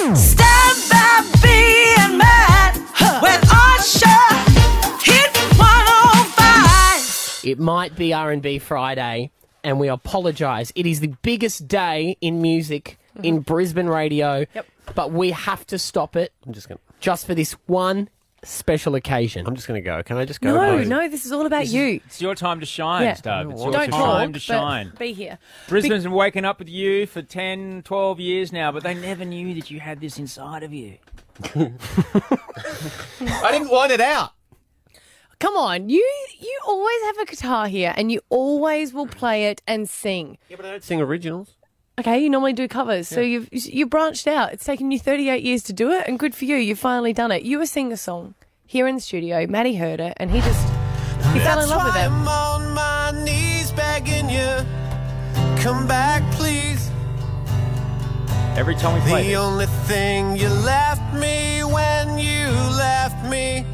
Stand by being mad when Usher hit 105. It might be R&B Friday, and we apologise. It is the biggest day in music in Brisbane radio, yep. but we have to stop it I'm just gonna. just for this one special occasion. I'm just gonna go. Can I just go? No, home? no, this is all about you. It's your time to shine, Yeah. Stubb. It's your Don't talk, time to shine. but be here. Brisbane's been waking up with you for 10, 12 years now, but they never knew that you had this inside of you. I didn't want it out. Come on, you you always have a guitar here, and you always will play it and sing. Yeah, but I don't sing originals. Okay, you normally do covers, so you've you branched out. It's taken you 38 years to do it, and good for you. You've finally done it. You were singing a song here in the studio. Maddie heard it, and he just he fell in love with it. I'm on my knees begging you, come back, please. Every time we play The this, only thing you left me when you left me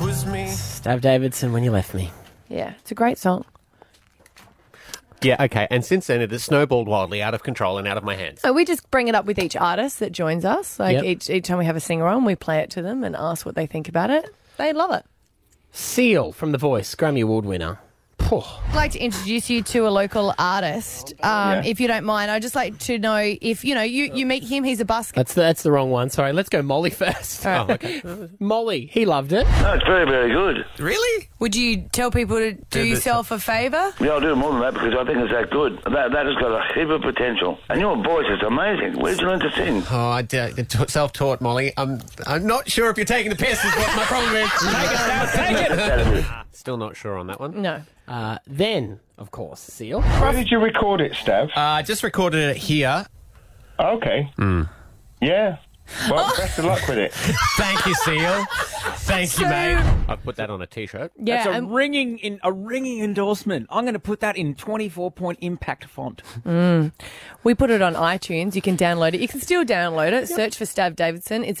was me. Stav Davidson, when you left me. Yeah, it's a great song. Yeah, okay. And since then, it has snowballed wildly out of control and out of my hands. So we just bring it up with each artist that joins us. Like Yep. each each time we have a singer on, we play it to them and ask what they think about it. They love it. Seal from The Voice, Grammy Award winner. Poor. I'd like to introduce you to a local artist, um, if you don't mind. I'd just like to know if, you know, you, you meet him, he's a busker. That's the, that's the wrong one. Sorry, let's go Molly first. Oh, okay. Molly, he loved it. No, it's very, very good. really? Would you tell people to do yourself a favour? Yeah, I'll do more than that because I think it's that good. That, that has got a heap of potential. And your voice is amazing. Where'd you learn to sing? Oh, I d- t- self-taught, Molly. I'm, I'm not sure if you're taking the piss. Is what my problem is. Take it, Stav, take it. Still not sure on that one. Uh, No, Uh, then, of course, Seal. Where did you record it, Stav? Uh, I just recorded it here. okay. Yeah. Well, best of luck with it. Thank you, Seal. Thank you, mate. I put that on a t-shirt. yeah, that's a and- ringing in a ringing endorsement. I'm going to put that in 24 point impact font. We put it on iTunes. You can download it. You can still download it. Search for Stav Davidson. It's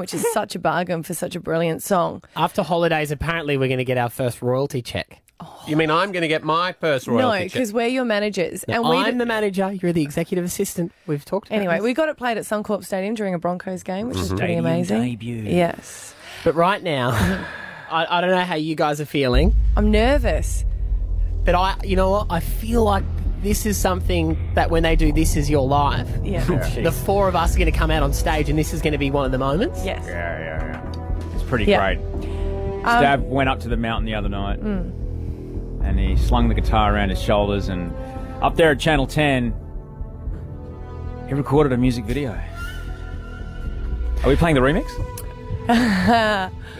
which is such a bargain for such a brilliant song. After holidays, apparently we're going to get our first royalty check. You mean I'm going to get my first No, royalty check? because we're your managers. and we I'm did- the manager. You're the executive assistant. We've talked. About anyway, this. we got it played at Suncorp Stadium during a Broncos game, which is pretty amazing. debut. Yes. but right now, I, I don't know how you guys are feeling, I'm nervous. but I, you know what, I feel like this is something that when they do this is your life, Yeah. the four of us are going to come out on stage, and this is going to be one of the moments. yes. Yeah, yeah, yeah. It's pretty Yeah. Um, great. Stab went up to the mountain the other night mm. and he slung the guitar around his shoulders and up there at Channel 10, he recorded a music video. Are we playing the remix?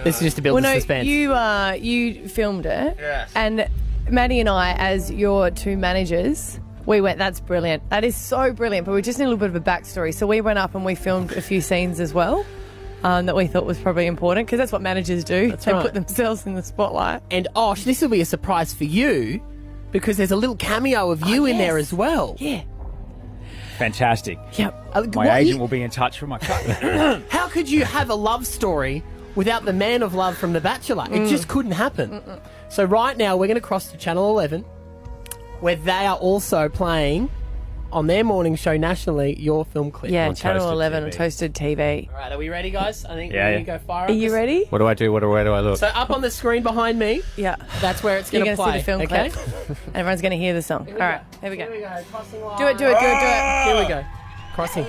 This is just to build Well, the no, suspense. you uh, you filmed it. Yes. And Maddie and I, as your two managers, we went. That's brilliant. That is so brilliant. But we just need a little bit of a backstory. So we went up and we filmed a few scenes as well. Um, that we thought was probably important because that's what managers do. they right. put themselves in the spotlight. and Osh, this will be a surprise for you because there's a little cameo of you in there as well. Yeah. Fantastic. Yep. Uh, My what- agent will be in touch for my cut. How could you have a love story without the man of love from The Bachelor? It just couldn't happen. So right now we're going to cross to Channel 11, where they are also playing on their morning show nationally your film clip. Yeah, On Channel Toasted 11 and TV. Toasted TV. All right, are we ready, guys? I think Yeah, we yeah. need to go fire. Are you ready? what do I do? What do, where do I look? So up on the screen behind me, Yeah. that's where it's You're going to going to play. see the film okay? clip. and everyone's going to hear the song. All right, here we go. Do Do it, do it, do it, do it. Here we go. Crossing.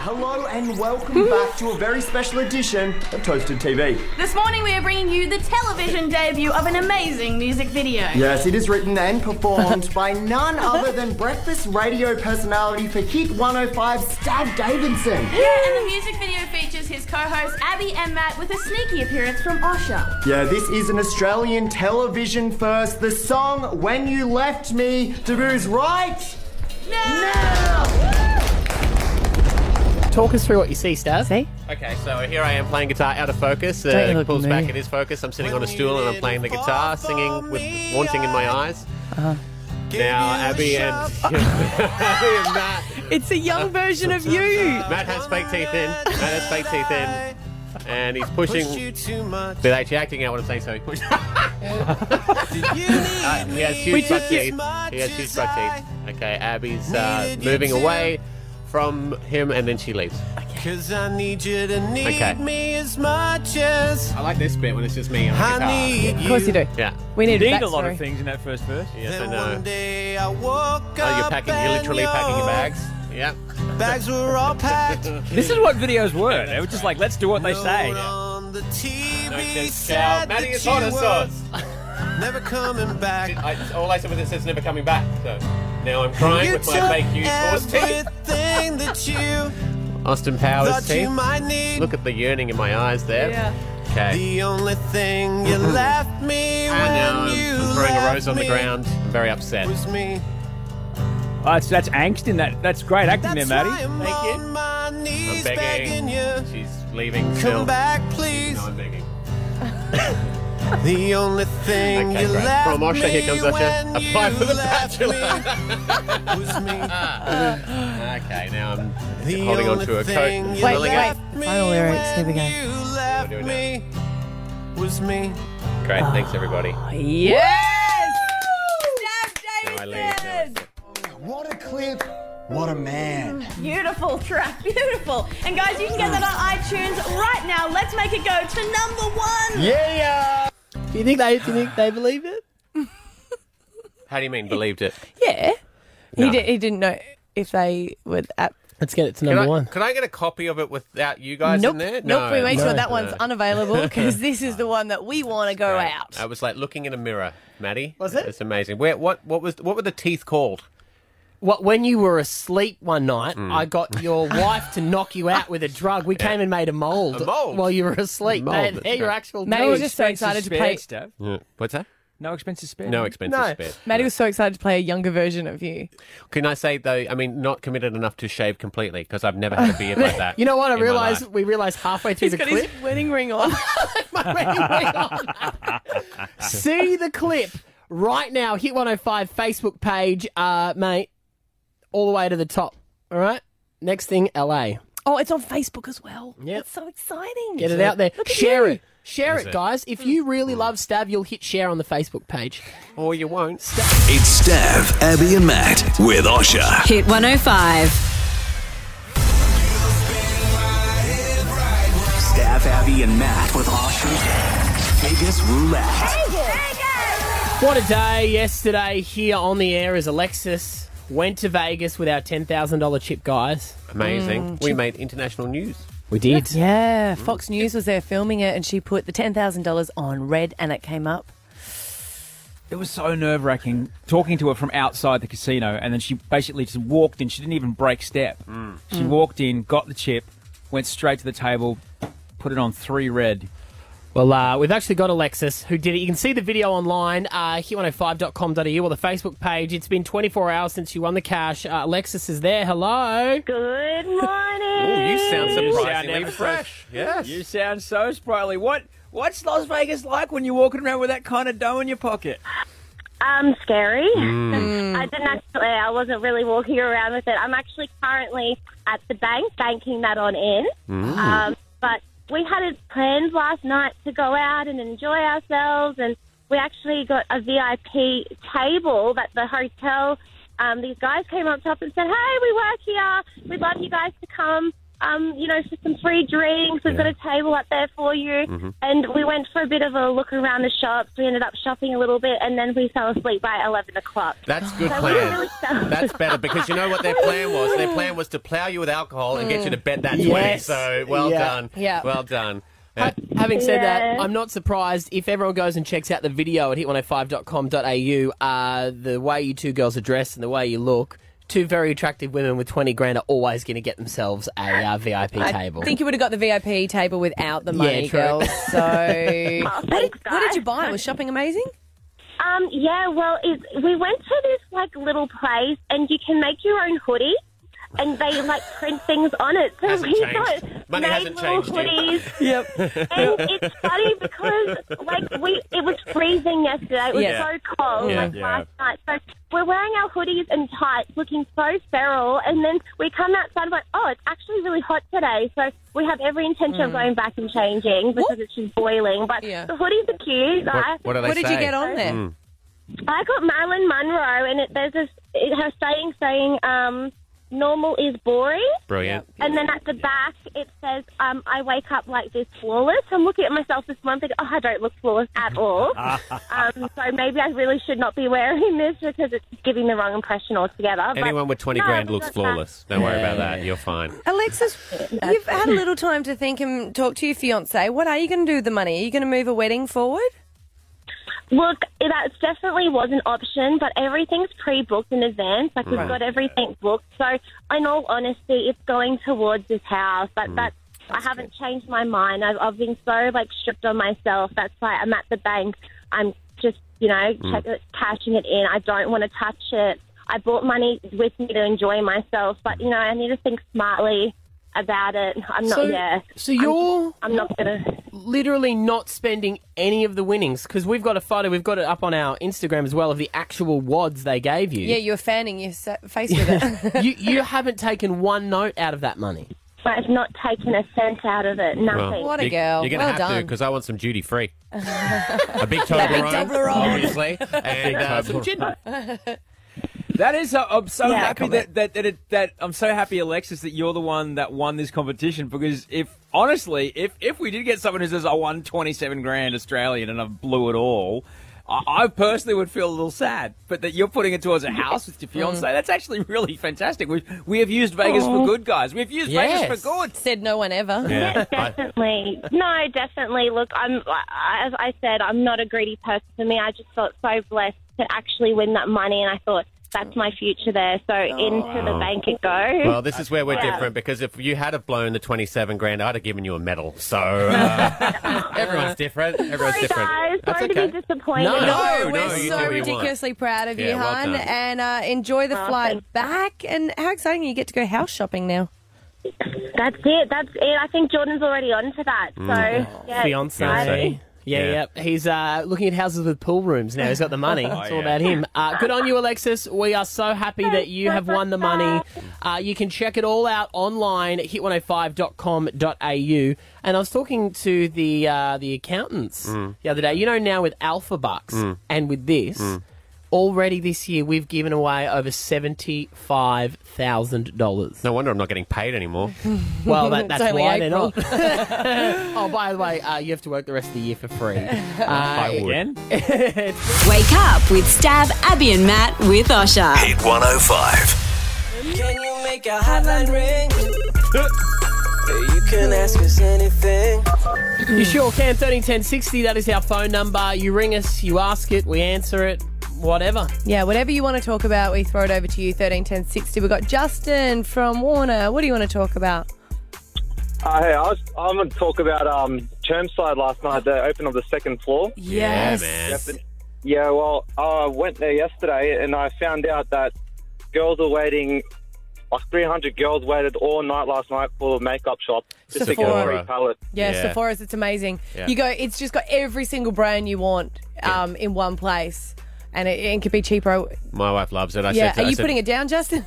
Hello and welcome back to a very special edition of Toasted TV. This morning we are bringing you the television debut of an amazing music video. Yes, it is written and performed by none other than breakfast radio personality for Hit 105, Stav Davidson. And the music video features his co-hosts Abby and Matt with a sneaky appearance from Osha. Yeah, this is an Australian television first. The song When You Left Me debuts right now. Talk us through what you see, Stas. See? Okay, so here I am playing guitar out of focus. Don't Uh, look at pulls me. back, it is focus. I'm sitting on a stool and I'm playing the guitar, singing with wanting in my eyes. Now Abby and, Abby and Matt, It's a young version of you. Matt has fake teeth in. Matt has fake teeth in, and he's pushing. too much. Without actually acting out what I'm saying, so he pushed. You need Uh, he has huge front teeth. He has huge front teeth. Okay, Abby's uh, moving away from him, and then she leaves. Cause I need you to need Okay. me as much as I like this bit when it's just me on the I guitar. need Of course you do. Yeah. We need a need a lot backstory. of things in that first verse. Yes, I know. day I woke Oh, you're up packing. You're literally and packing your your bags. Yeah. Bags were all packed This is what videos were. They were just like, let's do what they say. on the TV Now, set Maddie is that hot you as were sauce. never coming back. I, all I said was it says never coming back. So now I'm crying You with took my fake huge horse teeth. everything that you Austin Powers Thought you teeth. might need- Oh, Look at the yearning in my eyes there. Yeah. Okay. The only thing you left me I know. when you I'm throwing a left rose on the me ground. I'm very upset. was me. Oh, that's, that's angst in that. That's great acting there, Maddie. I'm on my I'm knees begging. begging you. She's leaving. Come still. back, please. No, I'm begging. The only thing Okay, you great. left From Osha, me here comes Osha. when Apply you for the left bachelor. me was me. okay, now I'm holding on to a coat. thing and you filling it. left Final lyrics. Here we go. You left doing me was me. Great, thanks everybody. Yes! Now I leave. What a clip. What a man. Beautiful track, beautiful. And guys, you can get that on iTunes right now. Let's make it go to number one. Yeah. Do you think they? Do you think they believed it? How do you mean believed it? Yeah. No. He, did, he didn't know if they would. App- Let's get it to Could number I, one. could I get a copy of it without you guys nope. in there? Nope. we made sure that one's unavailable because this is the one that we want to go out. I was like looking in a mirror, Maddie. Was it? It's amazing. Where? What? What was? What were the teeth called? What, when you were asleep one night, I got your wife to knock you out with a drug. We came and made a mold, A mold? while you were asleep. Mold, Man, that's they're your right. actual Maddie was drugs. just so excited to play. What's that? No expenses spared. No expenses No, spared. Maddie was so excited to play a younger version of you. Can I say though? I mean, not committed enough to shave completely because I've never had a beard like that. You know what? I in my realized life. we realized halfway through He's the got clip. his wedding ring on. See the clip right now. Hit 105 Facebook page, uh, mate. All the way to the top. All right. Next thing, LA. Oh, it's on Facebook as well. Yeah. It's so exciting. Get it out there. Share it. Share Is it, it? guys. If you really love Stav, you'll hit share on the Facebook page. Hmm. Or you won't. It's Stav, Abby, and Matt with Osha. Hit 105. Stav, Abby, and Matt with Osha. Vegas Roulette. What a day yesterday here on the air as Alexis went to Vegas with our $10,000 chip, guys. Amazing. We made international news. We did. Yeah, Fox News was there filming it, and she put the ten thousand dollars on red, and it came up. It was so nerve wracking talking to her from outside the casino, and then she basically just walked in. She didn't even break step. She Mm. walked in, got the chip, went straight to the table, put it on three red. Well, uh, we've actually got Alexis who did it. You can see the video online, uh, hit105.com.au E or the Facebook page. It's been 24 hours since you won the cash. Uh, Alexis is there. Hello. Good morning. Oh, you sound You sound surprisingly ever so- fresh. Yes. You sound so sprightly. What What's Las Vegas like when you're walking around with that kind of dough in your pocket? Um, scary. Mm. I didn't actually. I wasn't really walking around with it. I'm actually currently at the bank banking that on in. Mm. Um, but we had it planned last night to go out and enjoy ourselves, and we actually got a VIP table that the hotel. Um, these guys came up top and said, "Hey, we work here. We'd love you guys to come." Um, you know, for some free drinks, we've got a table up there for you. Mm-hmm. Mhm. And we went for a bit of a look around the shops. We ended up shopping a little bit, and then we fell asleep by eleven o'clock. That's good So we were plan. really stuck. That's better because you know what their plan was. Their plan was to plough you with alcohol and get Mm. you to bet that twenty. Yes. So well Yeah. done. Yeah. Well done. Uh, Yeah. Having said that, Yeah. I'm not surprised if everyone goes and checks out the video at hit105.com.au. Uh, the way you two girls are dressed and the way you look, two very attractive women with 20 grand are always going to get themselves a uh, VIP table. I think you would have got the VIP table without the Yeah, money, true. girls. So, what, did, what did you buy? Was shopping amazing? Um, yeah, well, it, we went to this like little place, and you can make your own hoodie, and they like print things on it. So Hasn't we changed. got Money made hasn't little changed, hoodies. dear. Yep. and it's funny because like we, it was freezing yesterday. It was Yeah. so cold, Yeah. like Yeah. last night. So we're wearing our hoodies and tights, looking so feral, and then we come outside and like, oh, it's actually really hot today. So we have every intention of going back and changing because it's just boiling. But the hoodies are cute. I- what do they say? Mm. I got Marilyn Monroe, and it, there's this it, her saying saying, um, normal is boring. Brilliant. And then at the back, it says, um, I wake up like this flawless. I'm looking at myself this morning, thinking, oh, I don't look flawless at all. um, so maybe I really should not be wearing this because it's giving the wrong impression altogether. But Anyone with 20 no, grand but looks that's flawless. Don't worry about that. You're fine. Alexis, you've had a little time to think and talk to your fiance. What are you going to do with the money? Are you going to move a wedding forward? Look, that definitely was an option, but everything's pre-booked in advance. Like we've Right. got everything booked. So, in all honesty, it's going towards this house. But that's, I haven't changed my mind. I've, I've been so like stripped on myself. That's why I'm at the bank. I'm just you know Mm. check, cashing it in. I don't want to touch it. I bought money with me to enjoy myself, but you know I need to think smartly about it. I'm not so, there. So you're I'm not gonna. literally not spending any of the winnings because we've got a photo. We've got it up on our Instagram as well of the actual wads they gave you. Yeah, you're fanning your sa- face with it. you you haven't taken one note out of that money. But I've not taken a cent out of it. Nothing. Well, you- You're going to have to because I want some duty free. a big That big Toblerone, Toblerone. obviously, and uh, some gin. That is, so- I'm so Yeah. happy that that that, it, that I'm so happy, Alexis, that you're the one that won this competition. Because if honestly, if if we did get someone who says I won 27 grand Australian and I blew it all, I, I personally would feel a little sad. But that you're putting it towards a house with your fiance, that's actually really fantastic. We we have used Vegas Aw. for good, guys. We've used Vegas for good. Said no one ever. Yeah. Definitely. No, definitely. Look, I'm I- as I said, I'm not a greedy person. For me, I just felt so blessed to actually win that money, and I thought that's my future there. So into the Oh, wow. bank it goes. Well, this is where we're Yeah. different because if you had have blown the 27 grand, I'd have given you a medal. So uh, everyone's different. Everyone's Sorry, different. guys. That's Sorry to be okay. disappointed. No, No, no, we're you do what so you want. ridiculously proud of you, Yeah, well hon. done. and uh, enjoy the Oh, flight back. And how exciting you get to go house shopping now. That's it. That's it. I think Jordan's already on to that. So Mm. yeah, Fiance. exciting. Yeah, yeah, He's uh, looking at houses with pool rooms now. He's got the money. Oh, It's all yeah. about him. Uh, good on you, Alexis. We are so happy that you have won the money. Uh, you can check it all out online at hit105.com.au. And I was talking to the uh, the accountants Mm. the other day. You know, now with Alpha Bucks Mm. and with this, Mm. already this year we've given away over seventy five thousand dollars. No wonder I'm not getting paid anymore. Uh, Well, that, It's that's only why April. they're not. oh, by the way, uh, you have to work the rest of the year for free. Uh, I would. Wake up with Stab, Abby, and Matt with Osha. Hit 105. Can you make a hotline ring? you can ask us anything. You sure can. 131060, that is our phone number. You ring us, you ask it, we answer it, whatever. Yeah, whatever you want to talk about, we throw it over to you. Thirteen ten sixty. We've got Justin from Warner. What do you want to talk about? Uh, hey, I was, I'm going to talk about um, Chermside last night. They opened on the second floor. Yes. Yeah, man. Yep. Yeah, well, I went there yesterday and I found out that girls are waiting, like 300 girls waited all night last night for the makeup shop just to get a Sephora. free uh, palette. Yeah, Sephora's. It's amazing. Yeah. You go. It's just got every single brand you want um, in one place, and it, it could be cheaper. My wife loves it. I yeah. said, Are I you said, putting it down, Justin?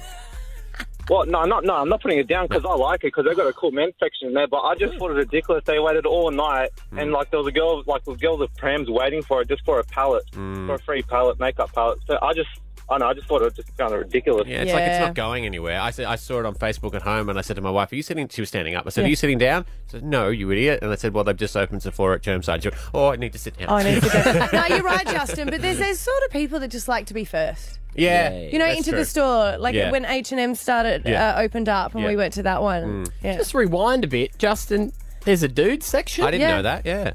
Well, no, not, no, I'm not putting it down because I like it because they've got a cool men's section in there. But I just Mm. thought it ridiculous. They waited all night and like there was a girl, like there was girls with prams waiting for it just for a palette, for a free palette, makeup palette. So I just, I don't know, I just thought it just kind of ridiculous. Yeah, it's like it's not going anywhere. I said I saw it on Facebook at home, and I said to my wife, "Are you sitting?" She was standing up. I said, "Are Yeah. you sitting down?" She said, "No, you idiot." And I said, "Well, they've just opened Sephora at Germside." She went, "Oh, I need to sit down." Oh, I need to go. no, you're right, Justin. But there's there's sort of people that just like to be first. yeah, You know, that's into true. the store, like Yeah. when H and M started Yeah. uh, opened up, and Yeah. we went to that one. Mm. Yeah. Just rewind a bit, Justin. There's a dude section. I didn't Yeah. know that, Yeah.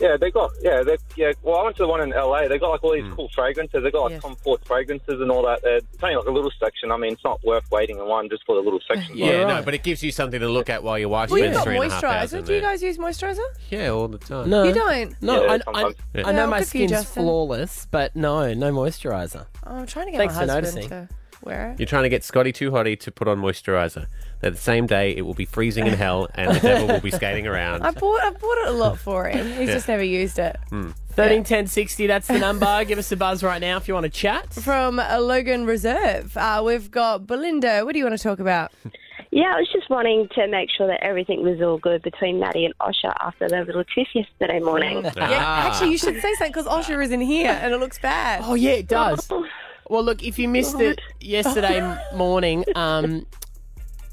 Yeah, they got yeah, they yeah. Well, I went to the one in LA. They got like all these Mm. cool fragrances. They got like Tom Ford fragrances and all that. There. It's only like a little section. I mean, it's not worth waiting in line just for the little section. Yeah, no, but it gives you something to look at while your wife Well, you've spends got three and a half hours in moisturizer. Do you there. guys use moisturizer? Yeah, all the time. No. You don't? Uh, No, Yeah, I, I, sometimes. I know Yeah. my Good for you, skin's Justin. flawless, but no, no moisturizer. I'm trying to get Thanks my for husband noticing. to wear it. You're trying to get Scotty Too Hotty to put on moisturizer. That the same day it will be freezing in hell and the devil will be skating around. I bought I bought it a lot for him. He's Yeah. just never used it. Mm. 13 10 60, that's the number. Give us a buzz right now if you want to chat. From uh, Logan Reserve, uh, we've got Belinda. What do you want to talk about? Yeah, I was just wanting to make sure that everything was all good between Maddie and Osha after their little tiff yesterday morning. Ah. Yeah, actually, you should say something because Osher isn't here and it looks bad. Oh yeah, it does. Well, look, if you missed it yesterday m- morning, um,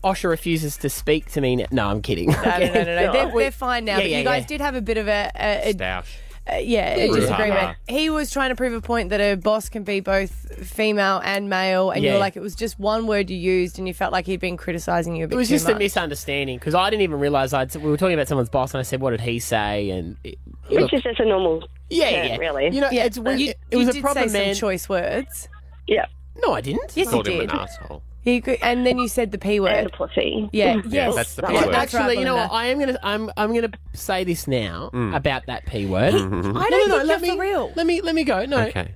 Osha refuses to speak to me. Now. No, I'm kidding. No, no, no, no, no. They're, We- they're fine now. Yeah, but yeah, you guys yeah. did have a bit of a, a, a Stoush. uh, yeah, a Brouhaha. disagreement. He was trying to prove a point that a boss can be both female and male, and you Yeah. were like, it was just one word you used, and you felt like he'd been criticizing you a bit It was too just much. a misunderstanding because I didn't even realize I'd. We were talking about someone's boss, and I said, "What did he say?" And it, Which look, is just a normal. Yeah, term, yeah. Really. You know, Yeah, it's when- but- you, it- it was you a did proper say man- some choice words. Yeah. no, I didn't. Yes, Called you him an did. asshole. You could, and then you said the p word. And pussy. Yeah. Yeah, yes. that's the that P was- word. that's right, Actually, you know what? Belinda. Mm. I am gonna. I'm. I'm gonna say this now about that p word. I don't no, no, think let you're me, for real. Let me. Let me go. No. Okay.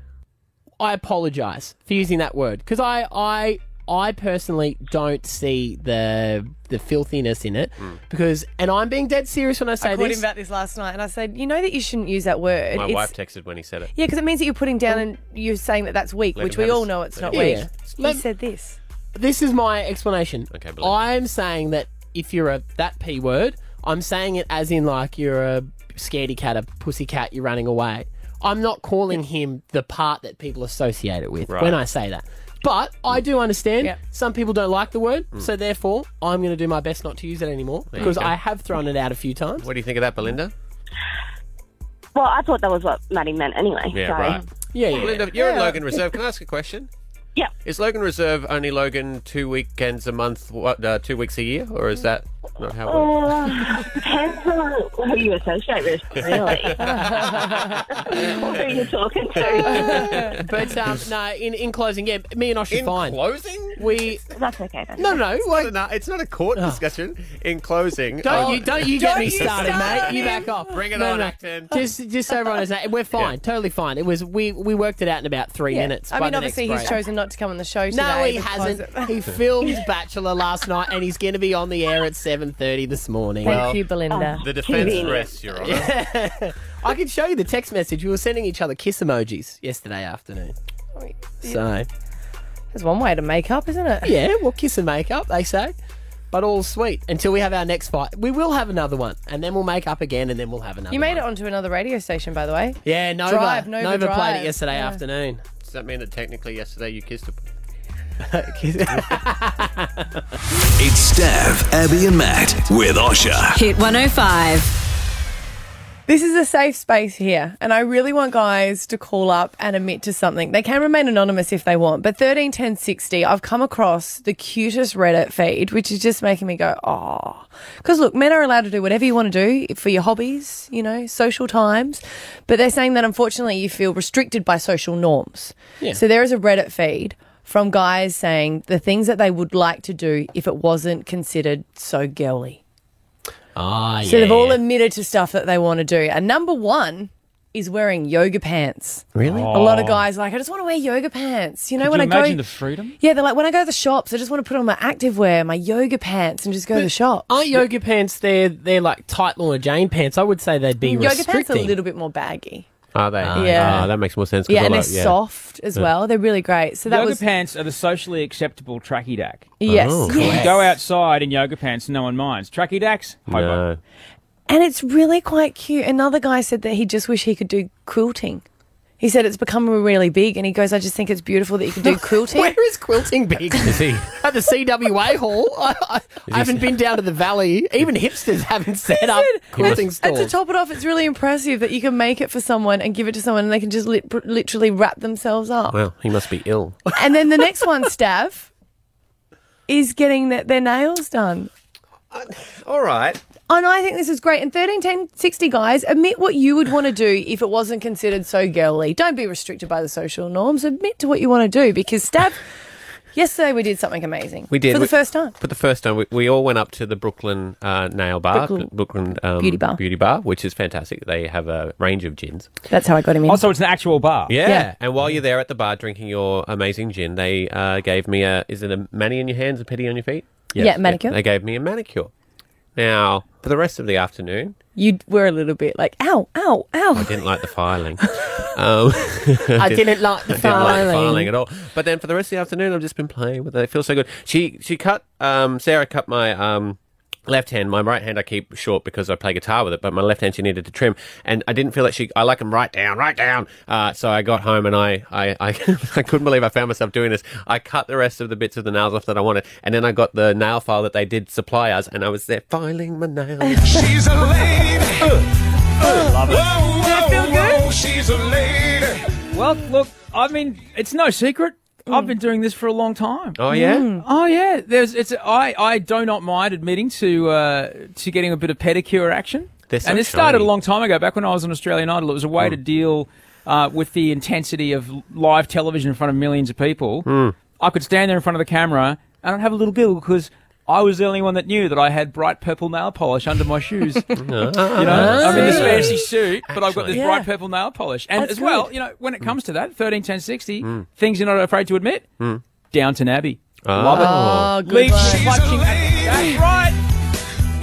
I apologise for using that word because I, I, I personally don't see the the filthiness in it because, and I'm being dead serious when I I say called this. him about this last night, and I said, you know that you shouldn't use that word. My It's- wife texted when he said it. Yeah, because it means that you're putting down and you're saying that that's weak, Let which we him have all his- know it's let not him have weak. his- He said this. This is my explanation. Okay, I'm saying that if you're a that p word, I'm saying it as in like you're a scaredy cat, a pussy cat, you're running away. I'm not calling him the part that people associate it with when I say that. But I do understand some people don't like the word, so therefore I'm going to do my best not to use it anymore Mm. There you because go. I have thrown it out a few times. What do you think of that, Belinda? Well, I thought that was what Maddie meant anyway. Yeah, so. right. Yeah, yeah. Belinda, you're in Yeah. Logan Reserve. Can I ask a question? Yeah. Is Logan Reserve only Logan two weekends a month, what, uh, two weeks a year, or is that not how it works? Oh, depends on who you associate with, really. or who you're talking to. but um, no, in, in closing, yeah, me and Osh are In fine. closing? We that's okay. That's no, no, no. Like, No, it's not a court discussion. In closing, Ah. Don't Oh. you don't you get me started, mate. You back off. Bring it No, on, no. Acton. Just just so everyone knows that we're fine, totally fine. It was we we worked it out in about three Yeah. minutes. I by mean, the obviously, next he's break. chosen not to come on the show today. No, he because- hasn't. he filmed Bachelor last night, and he's going to be on the air at seven thirty this morning. Thank Well, you, Oh. Belinda. The defense rests, Your Honour. I can show you the text message. We were sending each other kiss emojis yesterday afternoon. Oh, So That's one way to make up, isn't it? Yeah, well, kiss and make up, they say. But all sweet until we have our next fight. We will have another one, and then we'll make up again, and then we'll have another. You made it onto another radio station, by the way. Yeah, Nova. Drive, Nova Nova, played Drive. it yesterday Yeah. afternoon. Does that mean that technically yesterday you kissed a? It's Stav, Abby, and Matt with Osha. Hit 105. This is a safe space here, and I really want guys to call up and admit to something. They can remain anonymous if they want, but 131060, I've come across the cutest Reddit feed, which is just making me go, oh. Because look, men are allowed to do whatever you want to do for your hobbies, you know, social times, but they're saying that unfortunately you feel restricted by social norms. Yeah. So there is a Reddit feed from guys saying the things that they would like to do if it wasn't considered so girly. Ah, So they've all admitted to stuff that they want to do. And number one is wearing yoga pants. Really? A lot Oh. of guys are like, I just want to wear yoga pants. You know, when I go. freedom? yeah, they're like, when I go to the shops, I just want to put on my activewear, my yoga pants, and just go to the shop. Aren't yoga pants? They're they're like tight Lorna Jane pants. I would say they'd be Yoga pants are a restricting. little bit more baggy. Are they? Yeah. Ah, that makes more sense. 'cause Yeah, I and they're like- yeah. soft as well. They're really great. So that yoga was. pants are the socially acceptable tracky dack. Yes. Oh. Yes. You go outside in yoga pants, no one minds. Tracky dacks, hobo. And it's really quite cute. Another guy said that he just wish he could do quilting. He said it's become really big, and he goes, I just think it's beautiful that you can do quilting. Where is quilting big? Is he? At the CWA hall, I, I, I haven't been down to the valley. Even hipsters haven't set up quilting And stores. to top it off, it's really impressive that you can make it for someone and give it to someone and they can just lit- literally wrap themselves up. Well, he must be ill. and then the next one, Stav, is getting th- their nails done. Uh, All right. And I think this is great. And 13, 10, 60 guys, admit what you would want to do if it wasn't considered so girly. Don't be restricted by the social norms. Admit to what you want to do because, Stav, yesterday we did something amazing. We did For the We- first time. For the first time, we, we all went up to the Brooklyn uh, Nail Bar, Brooklyn- Brooklyn, um, Beauty Bar. Beauty Bar, which is fantastic. They have a range of gins. That's how I got him in. Also, it's an actual bar. Yeah. And while you're there at the bar drinking your amazing gin, they uh, gave me a is it a mani in your hands, a pedi on your feet? Yeah, manicure. They gave me a manicure. Now, for the rest of the afternoon, You were a little bit like, ow, ow, ow. I didn't like the filing. Um, I didn't like the I didn't like the filing. filing at all. But then for the rest of the afternoon, I've just been playing with it. It feels so good. She she cut um, Sarah cut my um, left hand. My right hand I keep short because I play guitar with it, but my left hand she needed to trim, and I didn't feel that she. I like them right down, right down. Uh, so I got home and I I, I I couldn't believe I found myself doing this. I cut the rest of the bits of the nails off that I wanted, and then I got the nail file that they did supply us, and I was there filing my nails. She's a lady. Love it. Does it feel good? she's a lady. Well, look, I mean, it's no secret. Mm. I've been doing this for a long time. Oh, yeah? Hmm. Mm. Oh yeah. There's it's I I do not mind admitting to uh, to getting a bit of pedicure action. They're so and this shiny. started Hmm. a long time ago, back when I was on Australian Idol. It was a way to deal uh, with the intensity of live television in front of millions of people. Hmm. I could stand there in front of the camera and I'd have a little giggle because I was the only one that knew that I had bright purple nail polish under my shoes. you know, I'm in this Ah. fancy suit, but I've got this Actually. bright purple nail polish. And That's as well, good. you know, when it comes to that, 13, 10, 60, Hmm. things you're not afraid to admit, Downton Abbey. Love it. Oh, good Leave one. clutching at- That's right.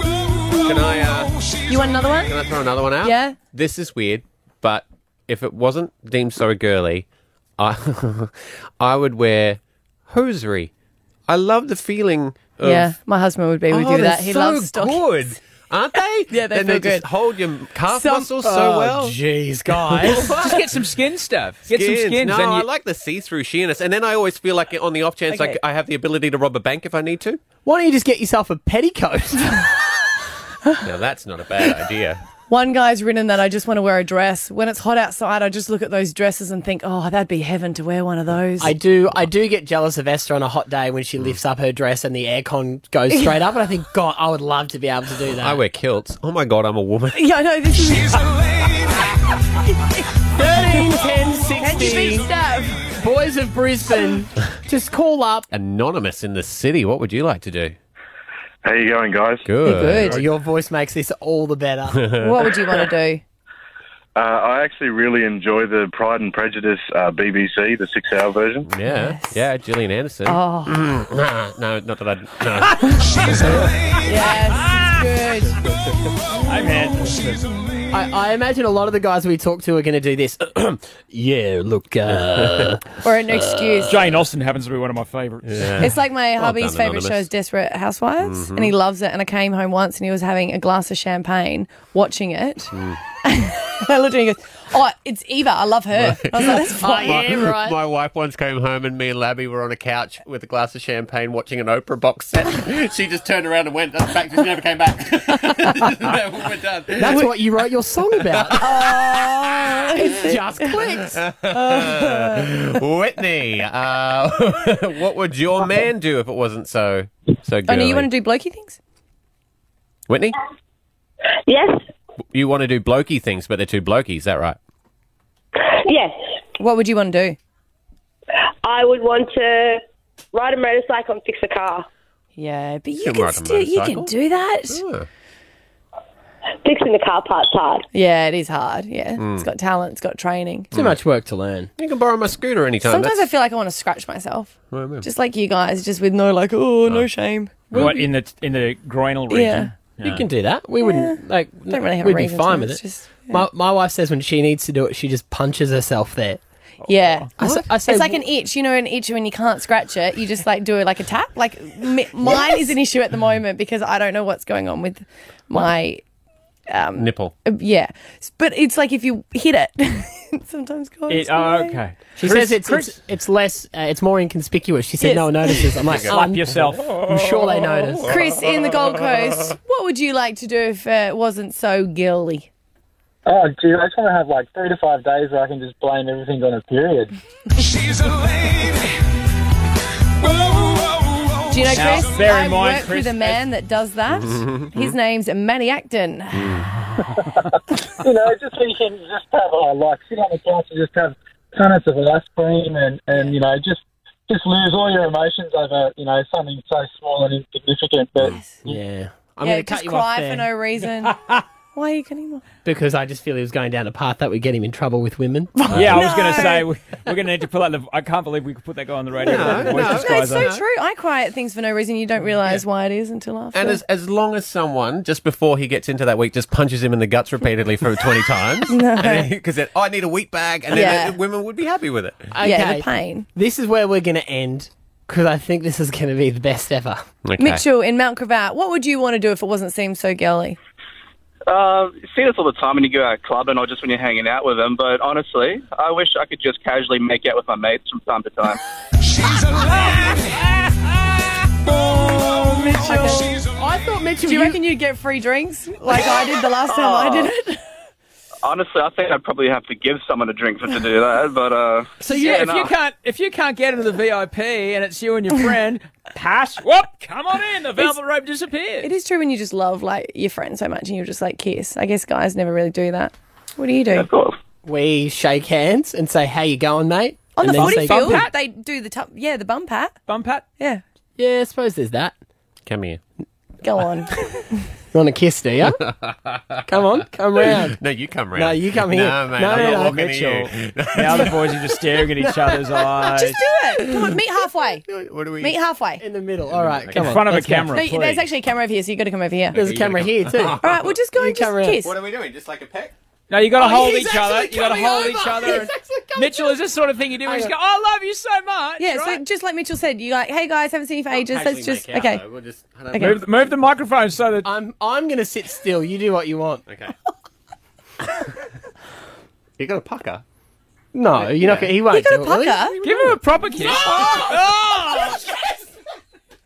Can I? Uh, You want another one? can I throw another one out? Yeah. This is weird, but if it wasn't deemed so girly, I I would wear hosiery. I love the feeling. Of, yeah, my husband would be with you oh, with that. they're He so loves stockings. good. Aren't they? Yeah, they and feel they just good. hold your calf Some- muscles so Oh, well. Jeez, guys. Just get some skin stuff. Get some skins. No, and I you- like the see-through sheerness, and then I always feel like on the off chance Okay. like I have the ability to rob a bank if I need to. Why don't you just get yourself a petticoat? Now that's not a bad idea. One guy's written that I just want to wear a dress. When it's hot outside, I just look at those dresses and think, oh, that'd be heaven to wear one of those. I do. I do get jealous of Esther on a hot day when she lifts up her dress and the aircon goes straight up, and I think, God, I would love to be able to do that. I wear kilts. Oh my god, I'm a woman. Yeah, I know. This is. She's a 13, lady. 10, 60. Boys of Brisbane, just call up. Anonymous in the city. What would you like to do? How you going, guys? Oh, Your voice makes this all the better. What would you wanna do? Uh, I actually really enjoy the Pride and Prejudice uh, BBC, the six-hour version. Yeah, yeah, Gillian Anderson. Oh. Mm, nah, no, not that I. No. Yes, it's good. Hey, man. I, I imagine a lot of the guys we talk to are going to do this. yeah, look. Uh, Or an excuse. Jane Austen happens to be one of my favourites. It's like my Well hubby's done, favourite Anonymous. show is Desperate Housewives, Mhm. and he loves it. And I came home once and he was having a glass of champagne watching it. I looked at him and he goes, Oh, it's Eva. I love her. I was like, That's fine. my, my wife once came home and me and Labby were on a couch with a glass of champagne watching an Oprah box set. she just turned around and went "That's back. She never came back. No, we're done. That's what you wrote your song about. Oh. it's just clicked. Whitney, uh, what would your man do if it wasn't so so Oh, girly? no, you want to do blokey things? Whitney, Yes. you want to do blokey things, but they're too blokey. Is that right? Yes. What would you want to do? I would want to ride a motorcycle and fix a car. Yeah, but You can ride a motorcycle. do that. Fixing the car part's hard. Yeah, it is hard. Yeah, Mm. it's got talent. It's got training. Too much work to learn. You can borrow my scooter anytime. Sometimes I That's- feel like I want to scratch myself, Right, man. just like you guys, just with no like, oh, no shame. What, in the, in the groinal region? Yeah. You can do that. We wouldn't like. Don't really have a we'd be reason fine to, with it. it's just- my, my wife says when she needs to do it, she just punches herself there. Yeah, I say- I say- it's like an itch. You know, an itch when you can't scratch it, you just like do it like a tap. Like m- mine is an issue at the moment because I don't know what's going on with my um, nipple. uh, Yeah, S- but it's like if you hit it, it sometimes goes. It, oh, okay. She Chris- says it's, it's it's less, uh, it's more inconspicuous. She said Yes. no one notices. I'm like, "Oh." Slap I'm- yourself. I'm sure they notice. Chris in the Gold Coast, what would you like to do if uh, it wasn't so girly? Oh, gee, I just want to have like three to five days where I can just blame everything on a period. She's a lady. Do you know, Now, Chris? bear in I mind, work Chris, with a uh, man that does that. Mm-hmm. Mhm. His name's Matty Acton. you know, just so you can just have oh, like sit on the couch and just have donuts of ice cream and and you know just just lose all your emotions over you know something so small and insignificant. But yeah, I'm yeah, going to cut just you cry off there for no reason. Why are you getting more? because I just feel he was going down a path that would get him in trouble with women. Yeah, I was going to say, we- we're going to need to pull out the. I can't believe we could put that guy on the radio. No, Voice no. No, No, it's disguiser. so true. I cry at things for no reason. You don't realise why it is until after. And as, as long as someone, just before he gets into that week, just punches him in the guts repeatedly for 20 times. No. Because oh, I need a wheat bag. And then Yeah. uh, women would be happy with it. Okay. pain. This is where we're going to end because I think this is going to be the best ever. Mitchell in Mount Cravat, what would you want to do if it wasn't seem so girly? Uh, you see this all the time when you go out club and or just when you're hanging out with them. But honestly, I wish I could just casually make out with my mates from time to time. She's Oh, Mitchell. I thought Mitchell. Do you, reckon you'd get free drinks like I did the last time I Oh. did it? honestly, I think I'd probably have to give someone a drink for to do that. But uh, So you, yeah, if you no. can't if you can't get into the VIP and it's you and your friend, pass. Whoop! Come on in. The velvet rope disappeared. It is true when you just love like your friend so much and you just like kiss. I guess guys never really do that. What do you do? oh, We shake hands and say, "How you going, mate?" On the And then footy say- field, they do the top. Yeah, the bum pat. Bum pat. Yeah. Yeah, I suppose there's that. Come here. Go on. You want a kiss, do you? come on, come round. No, you come round. No, you come here. No, mate, No, I'm no, not no. walking to you. Mitchell. Now the boys are just staring at each other's eyes. Just do it. Come on, meet halfway. What do we- Meet halfway. In the middle. All right, come In on. front of a let's go. camera, No, there's actually a camera over here, so you got to come over here. There's a camera here too. All right, we'll just go and just kiss. are we doing? Just like a peck? No, you got Oh, to hold he's each other. actually You got to coming hold over. each other. He's actually coming Mitchell, is this sort of thing you do? Where you just go, "I love you so much." Yeah, so right? just like Mitchell said, you like, hey guys, haven't seen you for ages. Let's just okay. Okay. Move, the- move the microphone so that I'm I'm gonna sit still. You do what you want. Okay. you got a pucker. No, you're not. Gonna, he won't. got a do it, will he? pucker? Give him a proper kiss. Oh!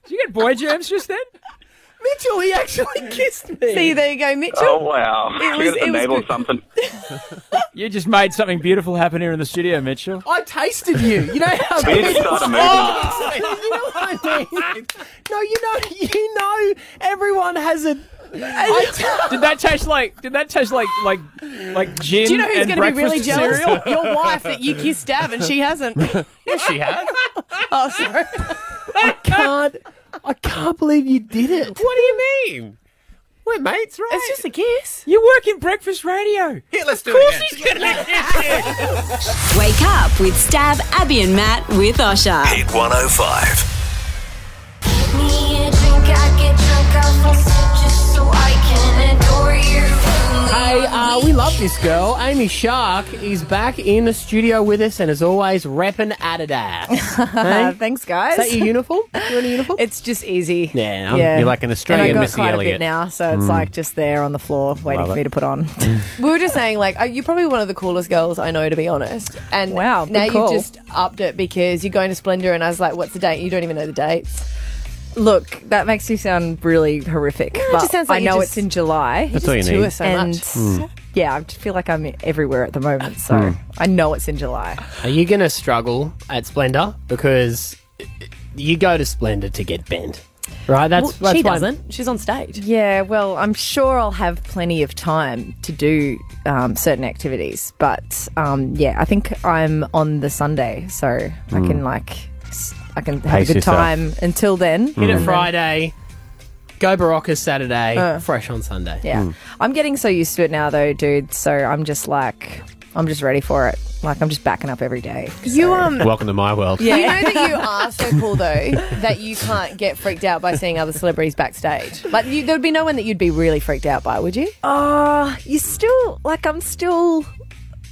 Did you get boy germs just then? Mitchell, he actually kissed me. See, there you go, Mitchell. Oh wow! It I was- just it was enabled good. something. You just made something beautiful happen here in the studio, Mitchell. I tasted you. You know how We need to start a movement. Oh, you know what I mean? No, you know, you know, everyone has a. I Did that taste like? Did that taste like like like gin? Do you know who's and going to be really breakfast jealous? cereal? Your wife that you kissed Dab and she hasn't. yes, she has. oh, sorry. I can't. I can't believe you did it. What do you mean? We're mates, right? It's just a kiss. You work in breakfast radio. Here, let's do course it. Again. Wake up with Stab, Abby, and Matt with Osha. Hit 105. Hey, uh, we love this girl. Amy Shark is back in the studio with us, and as always, repping Adidas. Hey? Thanks, guys. Is that your uniform? uniform? It's just easy. Yeah, I'm- you're like an Australian and I've got Missy quite a Elliott. bit now, so it's Mm. like just there on the floor, waiting Love for it. me to put on. We were just saying, like, uh, you're probably one of the coolest girls I know, to be honest. And wow, now call. you've just upped it because you're going to Splendor, and I was like, what's the date? You don't even know the dates. Look, that makes you sound really horrific, it but just sounds like I you know just- it's in July. That's all you need. and Mm. yeah, I just feel like I'm everywhere at the moment, so Mm. I know it's in July. Are you going to struggle at Splendor because you go to Splendor to get bent, right? That's Well, that's she why- doesn't. She's on stage. Yeah, well, I'm sure I'll have plenty of time to do um, certain activities, but um, yeah, I think I'm on the Sunday, so I Mm. can like s- I can have Pace a good yourself. Hmm. time until then. Hit And it then- Friday, go Barocas Saturday, Mm-hmm. Uh. fresh on Sunday. Yeah. I'm getting so used to it now, though, dude. So I'm just like, I'm just ready for it. Like, I'm just backing up every day. You, um, Welcome to my world. You know that you are so cool, though, that you can't get freaked out by seeing other celebrities backstage. Like, you, there'd be no one that you'd be really freaked out by, would you? Uh, you still, like, I'm still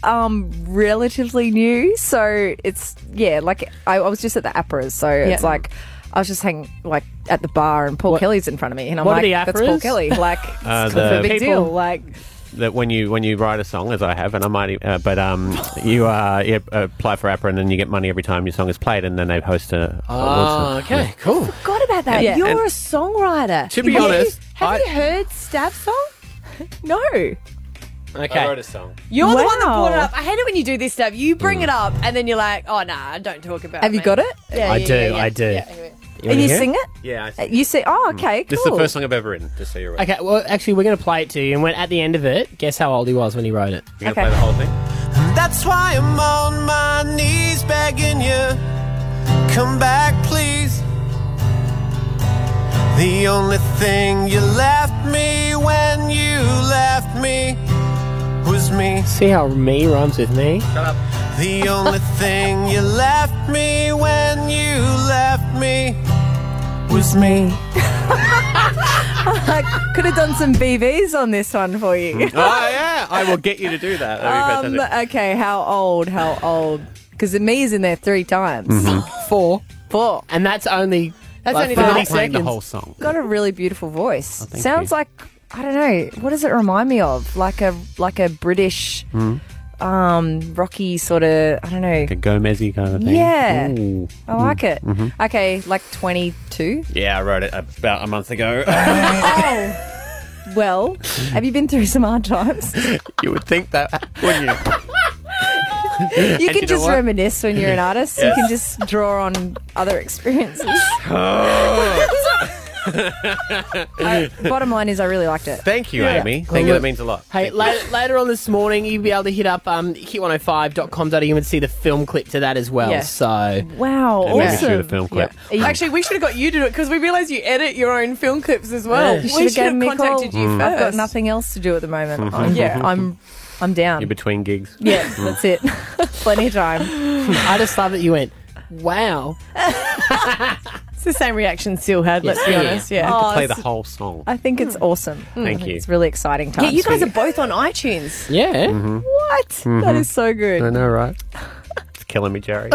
um relatively new so it's yeah like i, I was just at the apparas so it's Yeah. like i was just hanging like at the bar and paul kelly's in front of me and i'm what are like the that's paul Apparas?" kelly like Uh, it's a the- big deal People- like that when you when you write a song, as I have, and I might, e- uh, but um, you uh, yeah, apply for APRA and then you get money every time your song is played, and then they host a. Ah, awards. okay, cool. forgot about that Yeah. you're And- a songwriter To be Have you- honest, have I- you heard stab song no Okay. I wrote a song. You're the one that brought it Wow. up. I hate it when you do this stuff. You bring it Mm. up, and then you're like, oh, nah, don't talk about it. Have you mate." got it? Yeah, I yeah, do, yeah, yeah. I do. You and you sing it Yeah, I Uh, you sing oh okay cool Hmm. This is the first song I've ever written. Just so you're aware. Okay, well, actually, we're going to play it to you, and when, at the end of it, guess how old he was when he wrote it. You're gonna play the whole thing. That's why I'm on my knees begging you, come back, please. The only thing you left me when you left me was me. See how me rhymes with me? The only thing you left me when you left me was me. I could have done some BVs on this one for you. oh yeah, I will get you to do that. That'd be Um, fantastic. okay, how old? How old? Because me is in there three times. Mhm. Four. four. And that's only That's like, only 30 nine seconds. seconds. Got a really beautiful voice. Oh, thank Sounds you. like I don't know. What does it remind me of? Like a like a British, Mm. um, rocky sort of. I don't know. Like a Gomez-y kind of thing. Yeah. Ooh. I like Mm. it. Mhm. Okay, like twenty two. Yeah, I wrote it about a month ago. oh, well, have you been through some hard times? you would think that, wouldn't you? You And can know just what? reminisce when you're an artist. Yes. You can just draw on other experiences. Bottom line is, I really liked it. Thank you, Yeah. Amy. Thank you. That means a lot. Hey, later, later on this morning, you'll be able to hit up um, hit105.com.au and see the film clip to that as well. Yeah. So Wow, And maybe awesome. shoot a awesome. film clip. Yep. Actually, we should have got you to do it because we realised you edit your own film clips as well. You we should have contacted you Mm. I've got first. nothing else to do at the moment. I'm, Yeah. I'm, I'm down. You're between gigs. Yeah, Mm. that's it. Plenty of time. I just love that you went. Wow. It's the same reaction Seal had, let's be honest. Yeah. You could play the whole song. Oh, I think it's awesome. Thank I think you. It's really exciting times. Yeah, you guys for are both on iTunes. Yeah. What? That Mhm. is so good. I know, right? Ah, It's killing me, Jerry.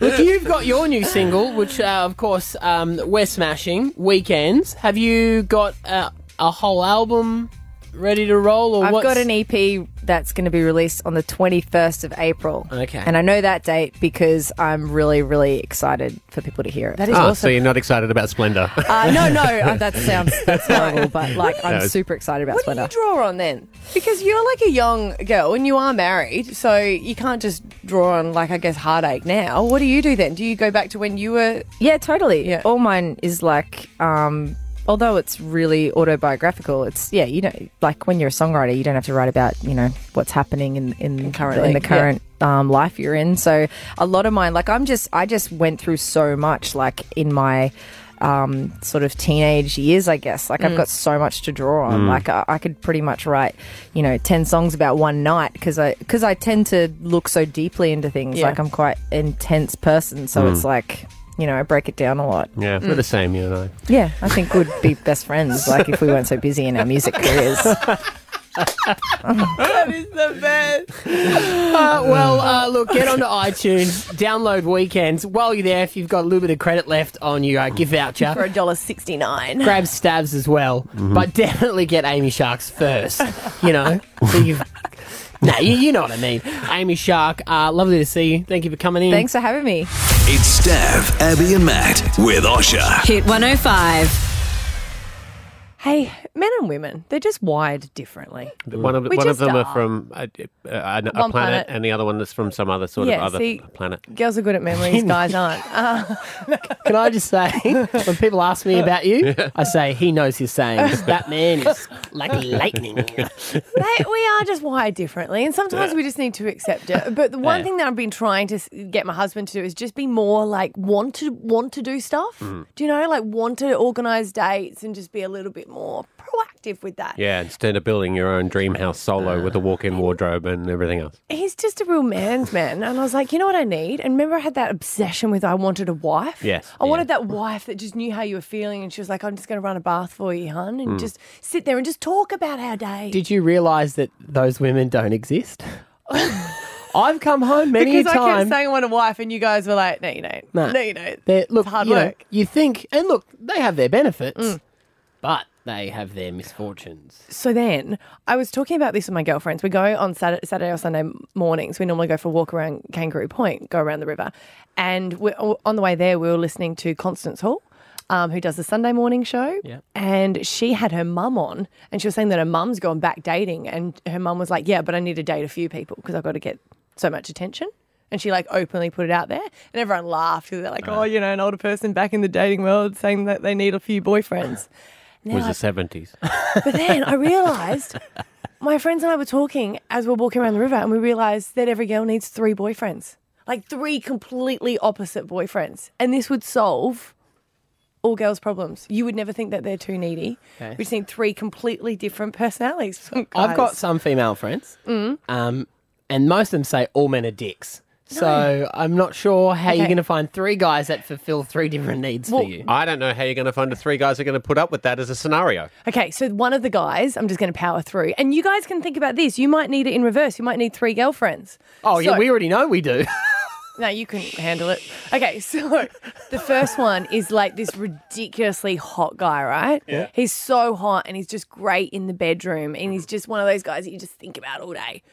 Look, you've got your new single, which uh, of course um, we're smashing. Weekends. Have you got uh, a whole album ready to roll, or I've what's- got an EP that's going to be released on the 21st of April. Okay. And I know that date because I'm really, really excited for people to hear it. That Ah, so you're not excited about Splendor? uh, no, no, uh, that sounds that's horrible, but like I'm No. super excited about Splendor. You draw on then because you're like a young girl and you are married, so you can't just draw on like I guess heartache now. What do you do then? Do you go back to when you were? Yeah, totally. All mine is like, um, although it's really autobiographical, it's yeah, you know, like when you're a songwriter, you don't have to write about you know what's happening in in Currently, in the yeah. current um, life you're in. So a lot of mine, like I'm just I just went through so much, like in my. Um, sort of teenage years, I guess. Like, I've Mm. got so much to draw on. Mm. Like, I, I could pretty much write, you know, 10 songs about one night because I, cause I tend to look so deeply into things. Yeah. Like, I'm quite intense person. So Mm. it's like, you know, I break it down a lot. yeah, we're the same, you and I. Yeah, I think we'd be best friends, like if we weren't so busy in our music careers. that is the best. Uh, e- well, uh, look, get onto iTunes, download Weekends. While you're there, if you've got a little bit of credit left on your uh, gift voucher For a dollar sixty nine. grab stabs as well, but definitely get Amy Sharks first. You know, so you've. Nah, you, you know what I mean. Amy Shark, uh, lovely to see you. Thank you for coming in. Thanks for having me. It's Stav, Abby, and Matt with Osha. Hit 105. Hey, men and women, they're just wired differently. One of Mm. We one just of them are. are from uh, uh, a, a One planet, planet. and the other one is from some other sort Yeah, of other see- planet. Girls are good at memories, guys aren't. Uh, Can I just say, when people ask me about you, I say, he knows his sayings. That man is like lightning. they, we are just wired differently, and sometimes we just need to accept it. But the one Yeah. thing that I've been trying to s- get my husband to do is just be more like want to want to do stuff. Mm. Do you know, like want to organize dates and just be a little bit more proactive with that. Yeah, instead of building your own dream house Uh, solo with a walk-in wardrobe and everything else. He's just a real man's man, and I was like, you know what I need? And remember, I had that obsession with I wanted a wife. Yes, I wanted that wife that just knew how you were feeling, and she was like, "I'm just going to run a bath for you, hun, and Mm. just sit there and just talk about our day." Did you realise that those women don't exist? I've come home many a because I kept time. saying I want a wife, and you guys were like, "No, you don't. Nah. No, you don't. They're- look, hard you know, work. Mm. you think, and look, they have their benefits, but they have their misfortunes. So then I was talking about this with my girlfriends. We go on Saturday, Saturday or Sunday mornings. We normally go for a walk around Kangaroo Point, go around the river. And we on the way there, we were listening to Constance Hall, um, who does the Sunday morning show. Yeah. And she had her mum on, and she was saying that her mum's gone back dating. And her mum was like, Yeah, but I need to date a few people because I've got to get so much attention. And she like openly put it out there, and everyone laughed because they're like, "Oh, you know, an older person back in the dating world saying that they need a few boyfriends." It Now was I- the seventies. but then I realised my friends and I were talking as we were walking around the river, and we realised that every girl needs three boyfriends, like three completely opposite boyfriends, and this would solve all girls' problems. You would never think that they're too needy. Okay. We just need three completely different personalities. from I've got guys. some female friends, Mm. um, and most of them say all men are dicks. So I'm not sure how you're Okay. going to find three guys that fulfill three different needs for you. I don't know how you're going to find the three guys who are going to put up with that as a scenario. Okay, so one of the guys, I'm just going to power through, and you guys can think about this. You might need it in reverse. You might need three girlfriends. Oh yeah, So- we already know we do. No, you couldn't handle it. Okay, so the first one is like this ridiculously hot guy, right? Yeah. He's so hot and he's just great in the bedroom and he's just one of those guys that you just think about all day.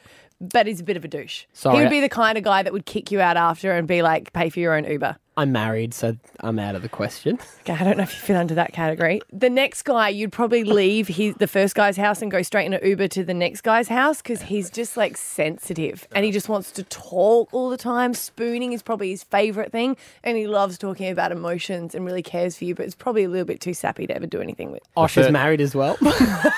But he's a bit of a douche. Sorry, He I- would be the kind of guy that would kick you out after and be like, pay for your own Uber. I'm married, so I'm out of the question. Okay, I don't know if you fit under that category. The next guy, you'd probably leave his, the first guy's house and go straight in an Uber to the next guy's house because he's just like sensitive and he just wants to talk all the time. Spooning is probably his favorite thing and he loves talking about emotions and really cares for you, but it's probably a little bit too sappy to ever do anything with. Osh is married as well. Oh,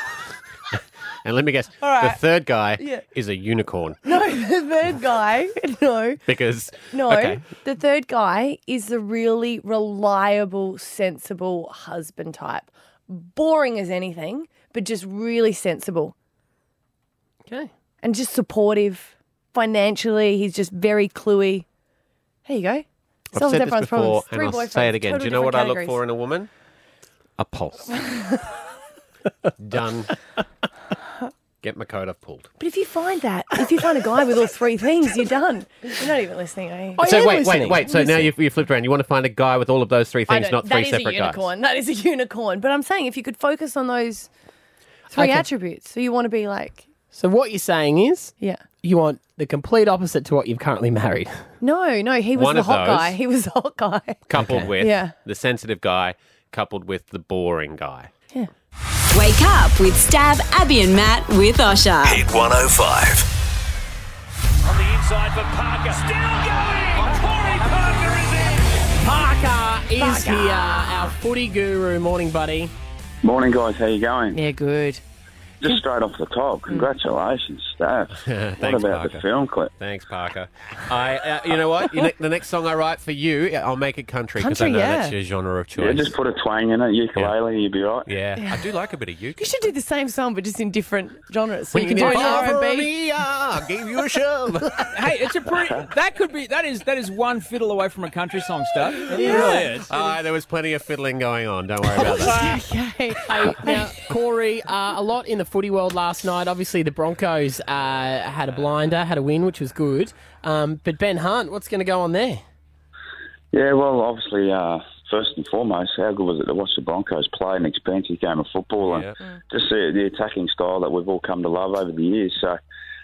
And let me guess, All right. the third guy Yeah. is a unicorn No, the third guy, no. because No, okay. the third guy is the really reliable, sensible husband type. Boring as anything, but just really sensible. Okay. And just supportive financially. He's just very cluey. There you go. I've Solves said this everyone's before, problems. and Three I'll boyfriends. say it again. Do totally you know what different I look for in a woman? A pulse. Done. Get my coat. I've pulled. But if you find that, if you find a guy with all three things, you're done. You're not even listening, are you? so wait, wait, wait. So now you've, you flipped around. You want to find a guy with all of those three I things, know, not that three is a separate unicorn. guys. That is a unicorn. But I'm saying if you could focus on those three Okay. attributes, so you want to be like, so what you're saying is, yeah, you want the complete opposite to what you've currently married. no, no, he was One the of hot those. guy. He was the hot guy. Coupled with Yeah. the sensitive guy, coupled with the boring guy. Wake up with Stab, Abby, and Matt with Osha. Hit 105. On the inside for Parker. Still going! Corey Parker is in! Parker is here, our footy guru morning buddy. Morning, guys. How you going? Yeah, Mm. good. Just straight off the top, congratulations, Stab. what Thanks, about Parker. the film clip? Thanks, Parker. I, uh, you know what? You ne- the next song I write for you, I'll make it country because I Country, know yeah. that's your genre of Yeah, choice. just put a twang in it, ukulele, you'd be right. Yeah, Yeah. I do like a bit of ukulele. You should do the same song, but just in different genres. So When you can you do an borrow R&B. me, I gave you a shove. hey, it's a pretty. That could be. That is. That is one fiddle away from a country song, stuff. It really is. Ah, there was plenty of fiddling going on. Don't worry about that. Okay. Hey, now, Corey, uh, a lot in the footy world last night. Obviously, the Broncos uh, had a blinder, had a win, which was good. Um, but Ben Hunt, what's going to go on there? Yeah, well, obviously, uh, first and foremost, how good was it to watch the Broncos play an expansive game of football and just the, the attacking style that we've all come to love over the years. So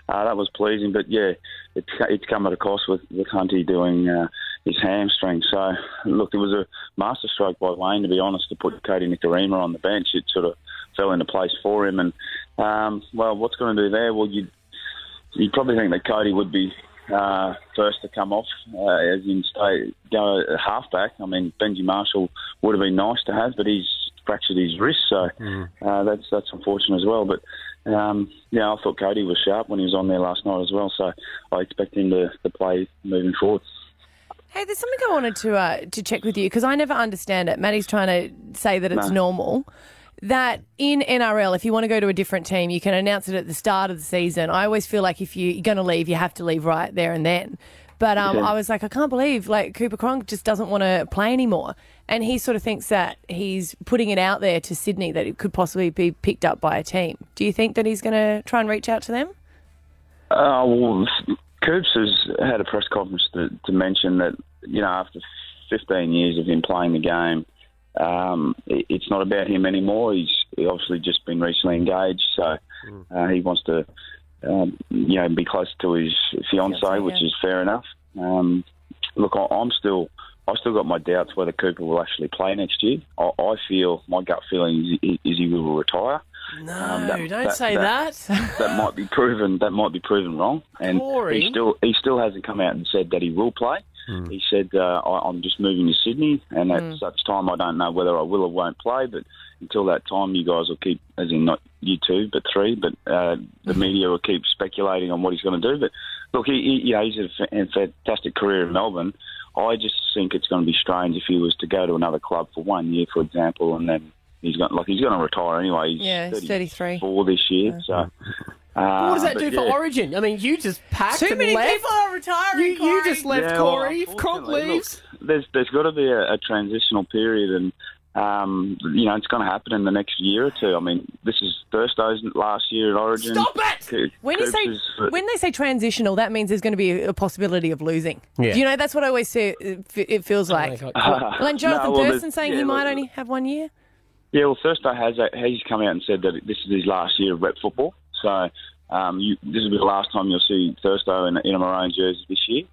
uh, that was pleasing, but yeah, it's co- it's come at a cost with with Hunty doing uh, his hamstring. So look, it was a masterstroke by Wayne, to be honest, to put Cody Nicarima on the bench. It sort of fell into place for him, and um, well, what's going to do there? Well, you you probably think that Cody would be uh, first to come off, uh, as in stay go at halfback. I mean, Benji Marshall would have been nice to have, but he's fractured his wrist, so uh, that's that's unfortunate as well. But um, yeah, I thought Cody was sharp when he was on there last night as well, so I expect him to, to play moving forward. Hey, there's something I wanted to uh, to check with you because I never understand it. Maddie's trying to say that it's No. normal that in NRL, if you want to go to a different team, you can announce it at the start of the season. I always feel like if you, you're going to leave, you have to leave right there and then. But um, Yeah. I was like, I can't believe like Cooper Cronk just doesn't want to play anymore, and he sort of thinks that he's putting it out there to Sydney that it could possibly be picked up by a team. Do you think that he's going to try and reach out to them? Uh, well, Coops has had a press conference to, to mention that, you know, after 15 years of him playing the game, um, it, it's not about him anymore. He's he obviously just been recently engaged, so uh, he wants to, um, you know, be close to his fiancee, which yeah. is fair enough. Um, look, I, I'm still, I've still got my doubts whether Cooper will actually play next year. I, I feel, my gut feeling is, is he will retire. No, Um, that- don't that- say that- that. that might be proven that might be proven wrong. And Corey. he still he still hasn't come out and said that he will play. He said uh, I, I'm just moving to Sydney, and at Mm. such time I don't know whether I will or won't play. But until that time, you guys will keep, as in not you two, but three, but uh, the media will keep speculating on what he's going to do. But look, he, he you know, he's had a fa- a fantastic career in Melbourne. I just think it's going to be strange if he was to go to another club for one year, for example, and then he's going like he's going to retire anyway. He's Yeah, he's 33. four this year. So, uh, what does that but do for yeah. Origin? I mean, you just packed Too and many left. people are retiring. You, you just left Yeah, well, Corey. Cronk unfortunately, leaves. There's there's got to be a, a transitional period, and um, you know, it's going to happen in the next year or two. I mean, this is Thursday's last year at Origin. uh, Stop it! When you say when they say transitional, that means there's going to be a possibility of losing. Yeah. You know, that's what I always say. It fe- it feels like. God. Like Jonathan No, well, Thurston there's- saying yeah, he well, might only have one year. Yeah, well, Thursday has uh, he's come out and said that this is his last year of rep football. So um, you, this will be the last time you'll see Thursday in, in a maroon jersey this year.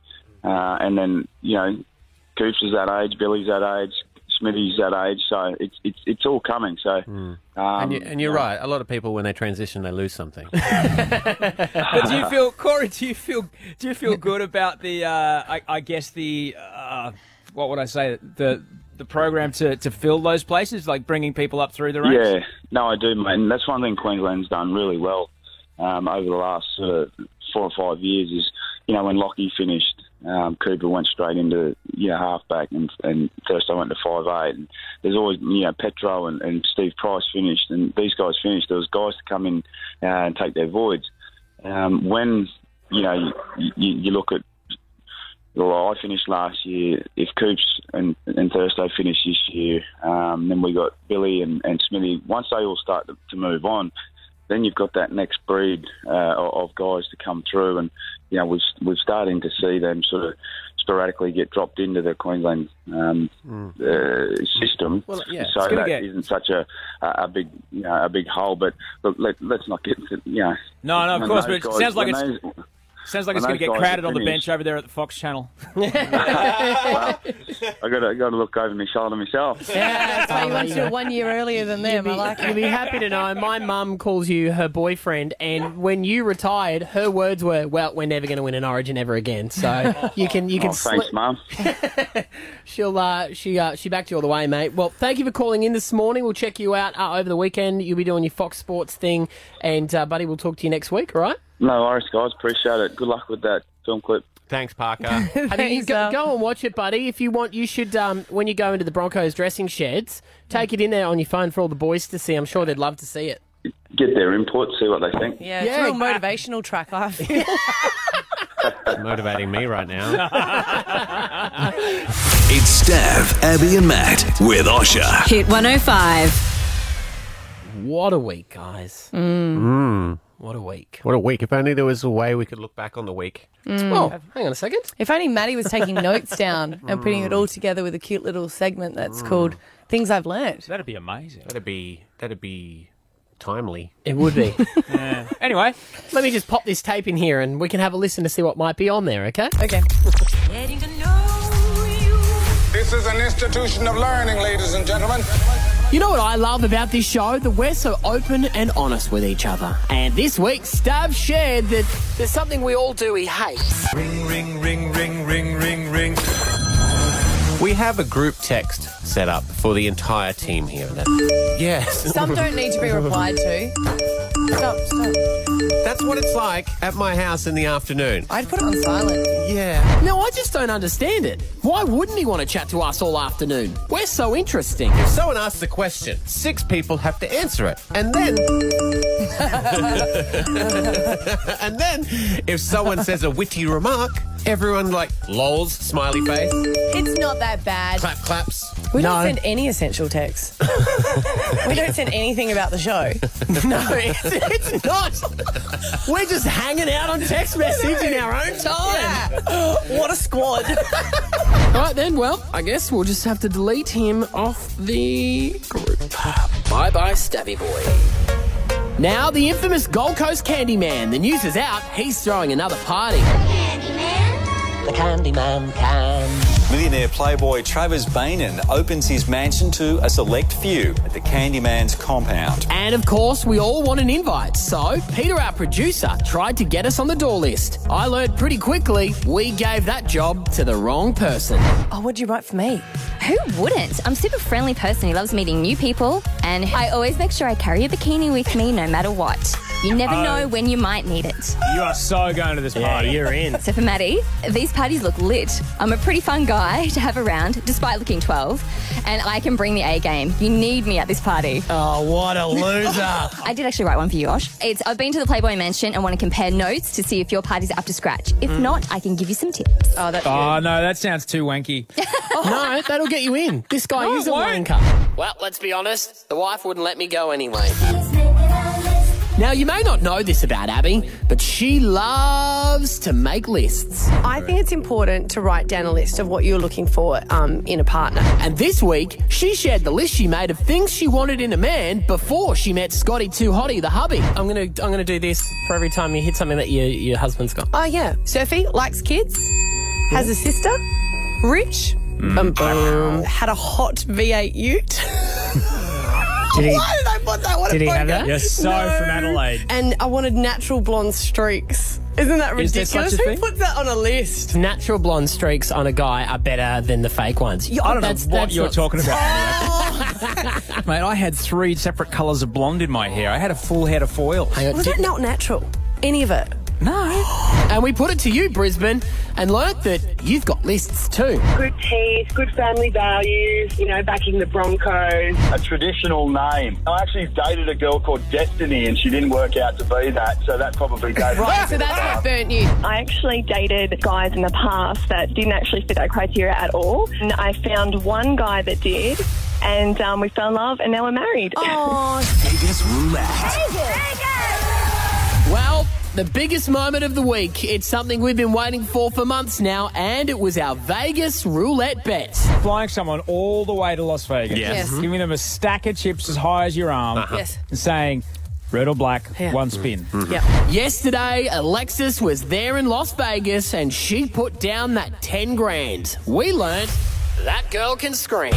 Uh, and then you know, Coops is that age, Billy's that age, Smithy's that age. So it's it's it's all coming. So um, and, you, and you're right. A lot of people, when they transition, they lose something. But do you feel, Corey? Do you feel do you feel good about the? Uh, I, I guess the uh, what would I say the the program to, to fill those places, like bringing people up through the ranks. Yeah, no, I do, mate. And that's one thing Queensland's done really well um, over the last sort of four or five years is, you know, when Lockie finished, um, Cooper went straight into, you know, halfback and, and first I went to five eight. And there's always, you know, Petro and, and Steve Price finished and these guys finished. There was guys to come in uh, and take their voids. Um, when, you know, you, you, you look at well, I finished last year. If Coops and, and Thursday finish this year, um, then we got Billy and, and Smithy. Once they all start to, to move on, then you've got that next breed uh, of of guys to come through, and you know we've we're starting to see them sort of sporadically get dropped into the Queensland um, uh, system. Well, yeah, it's so gonna that get- not such a, a a big you know a big hole. But look, let, let's not get to, you know. No, no, of when course, but those it sounds like when it's- those- Sounds like when it's going those to get guys are crowded on the finished- bench over there at the Fox Channel. I got to got to look over my shoulder myself. Oh, That's why you went to one year earlier than them. I like it. You'll be happy to know my mum calls you her boyfriend, and when you retired, her words were, "Well, we're never going to win an Origin ever again." So you can you can oh, thanks, sli- mum. She'll uh, she uh, she backed you all the way, mate. Well, thank you for calling in this morning. We'll check you out uh, over the weekend. You'll be doing your Fox Sports thing, and uh, buddy, we'll talk to you next week. All right? No worries, guys. Appreciate it. Good luck with that film clip. Thanks, Parker. I think you go, go and watch it, buddy. If you want, you should um, when you go into the Broncos dressing sheds, take it in there on your phone for all the boys to see. I'm sure they'd love to see it. Get their input, see what they think. Yeah, it's a real motivational track. I feel. Motivating me right now. It's Stav, Abby, and Matt with Osha. Hit 105. What a week, guys. What a week. What a week. If only there was a way we could look back on the week. Oh, hang on a second. If only Maddie was taking notes down and putting it all together with a cute little segment Mm. that's called "Things I've Learned." That'd be amazing. That'd be that'd be timely. It would be. Anyway, let me just pop this tape in here, and we can have a listen to see what might be on there. Okay? Okay. This is an institution of learning, ladies and gentlemen. You know what I love about this show? That we're so open and honest with each other. And this week, Stav shared that there's something we all do he hates. Ring, ring, ring, ring, ring, ring, ring. We have a group text set up for the entire team here. Yes. Some don't need to be replied to. Stop, stop. That's what it's like at my house in the afternoon. I'd put it on silent. Yeah. No, I just don't understand it. Why wouldn't he want to chat to us all afternoon? We're so interesting. If someone asks a question, six people have to answer it. And then. and then, if someone says a witty remark, everyone like lols, smiley face, It's not that bad. clap claps. We don't send any essential texts. we don't send anything about the show. no, it's, it's not. We're just hanging out on text message in our own time. what a squad. All right then, well, I guess we'll just have to delete him off the group. Bye bye, Stabby Boy. Now, the infamous Gold Coast Candyman. The news is out, he's throwing another party. The Candyman can. Millionaire playboy Travis Bainan opens his mansion to a select few at the Candyman's compound. And of course, we all want an invite, so Peter, our producer, tried to get us on the door list. I learned pretty quickly we gave that job to the wrong person. Oh, what'd you write for me? Who wouldn't? I'm a super friendly person who loves meeting new people, and I always make sure I carry a bikini with me no matter what. You never Oh. know when you might need it. You are so going to this Yeah, party. you're in. So for Maddie, these parties look lit. I'm a pretty fun guy to have around, despite looking 12, and I can bring the A game. You need me at this party. Oh, what a loser. I did actually write one for you, Osh. It's I've been to the Playboy Mansion and want to compare notes to see if your party's up to scratch. If Mm. not, I can give you some tips. Oh, that's Oh no, that sounds too wanky. no, that'll get you in. This guy No, it is a won't. wanker. Well, let's be honest. The wife wouldn't let me go anyway. Now, you may not know this about Abby, but she loves to make lists. I think it's important to write down a list of what you're looking for um, in a partner. And this week, she shared the list she made of things she wanted in a man before she met Scotty Too Hottie, the hubby. I'm gonna, I'm gonna do this for every time you hit something that your your husband's got. Oh, yeah. Sophie likes kids, has a sister, rich, Mm. bum, bum, had a hot V8 ute. Did he- Why did I put that one? did he in have poker? that? You're so from Adelaide. And I wanted natural blonde streaks. Isn't that Is ridiculous? there such a Who thing? puts that on a list? Natural blonde streaks on a guy are better than the fake ones. I don't know what you're talking about. Oh, Mate, I had three separate colours of blonde in my hair. I had a full head of foil. was Mm. that not natural? Any of it? No. And we put it to you, Brisbane, and learnt that you've got lists too. Good teeth, good family values, you know, backing the Broncos. A traditional name. I actually dated a girl called Destiny, and she didn't work out to be that, so that probably gave. Right, so that's what burnt you. I actually dated guys in the past that didn't actually fit that criteria at all. And I found one guy that did, and um, we fell in love, and now we're married. Oh, Vegas roulette. Well, the biggest moment of the week. It's something we've been waiting for for months now, and it was our Vegas roulette bet. Flying someone all the way to Las Vegas. Yes. Yes. Mhm. Giving them a stack of chips as high as your arm. Uh-huh. Mm-hmm. Yes. And saying, red or black, one spin. Yesterday, Alexis was there in Las Vegas, and she put down that 10 grand. We learnt that girl can scream.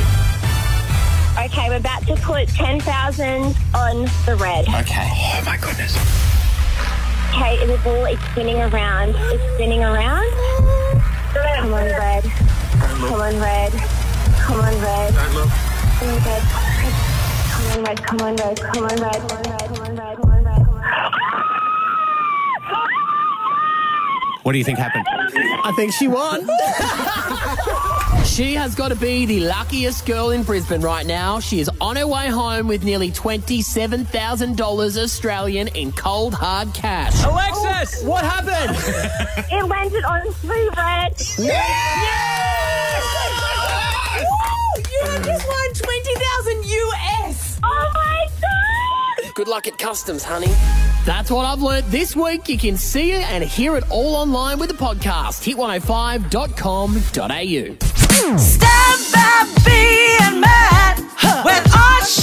Okay, we're about to put 10,000 on the red. Okay. Oh my goodness. Okay, and the ball is spinning around. It's spinning around. Come on, red. Come on, red. Come on, red. Come on, red. Come on, red. Come on, red. Come on, red. Come on, red. Come on, red. Come on, red. Come on, red. What do you think happened? I think she won. she has got to be the luckiest girl in Brisbane right now. She is on her way home with nearly $27,000 Australian in cold hard cash. Alexis! what happened? It landed on three red. You have just won 20,000 US! Oh my god! Good luck at customs, honey. That's what I've learnt this week. You can see it and hear it all online with the podcast. Hit105.com.au. Stand by me and Matt with Osh oh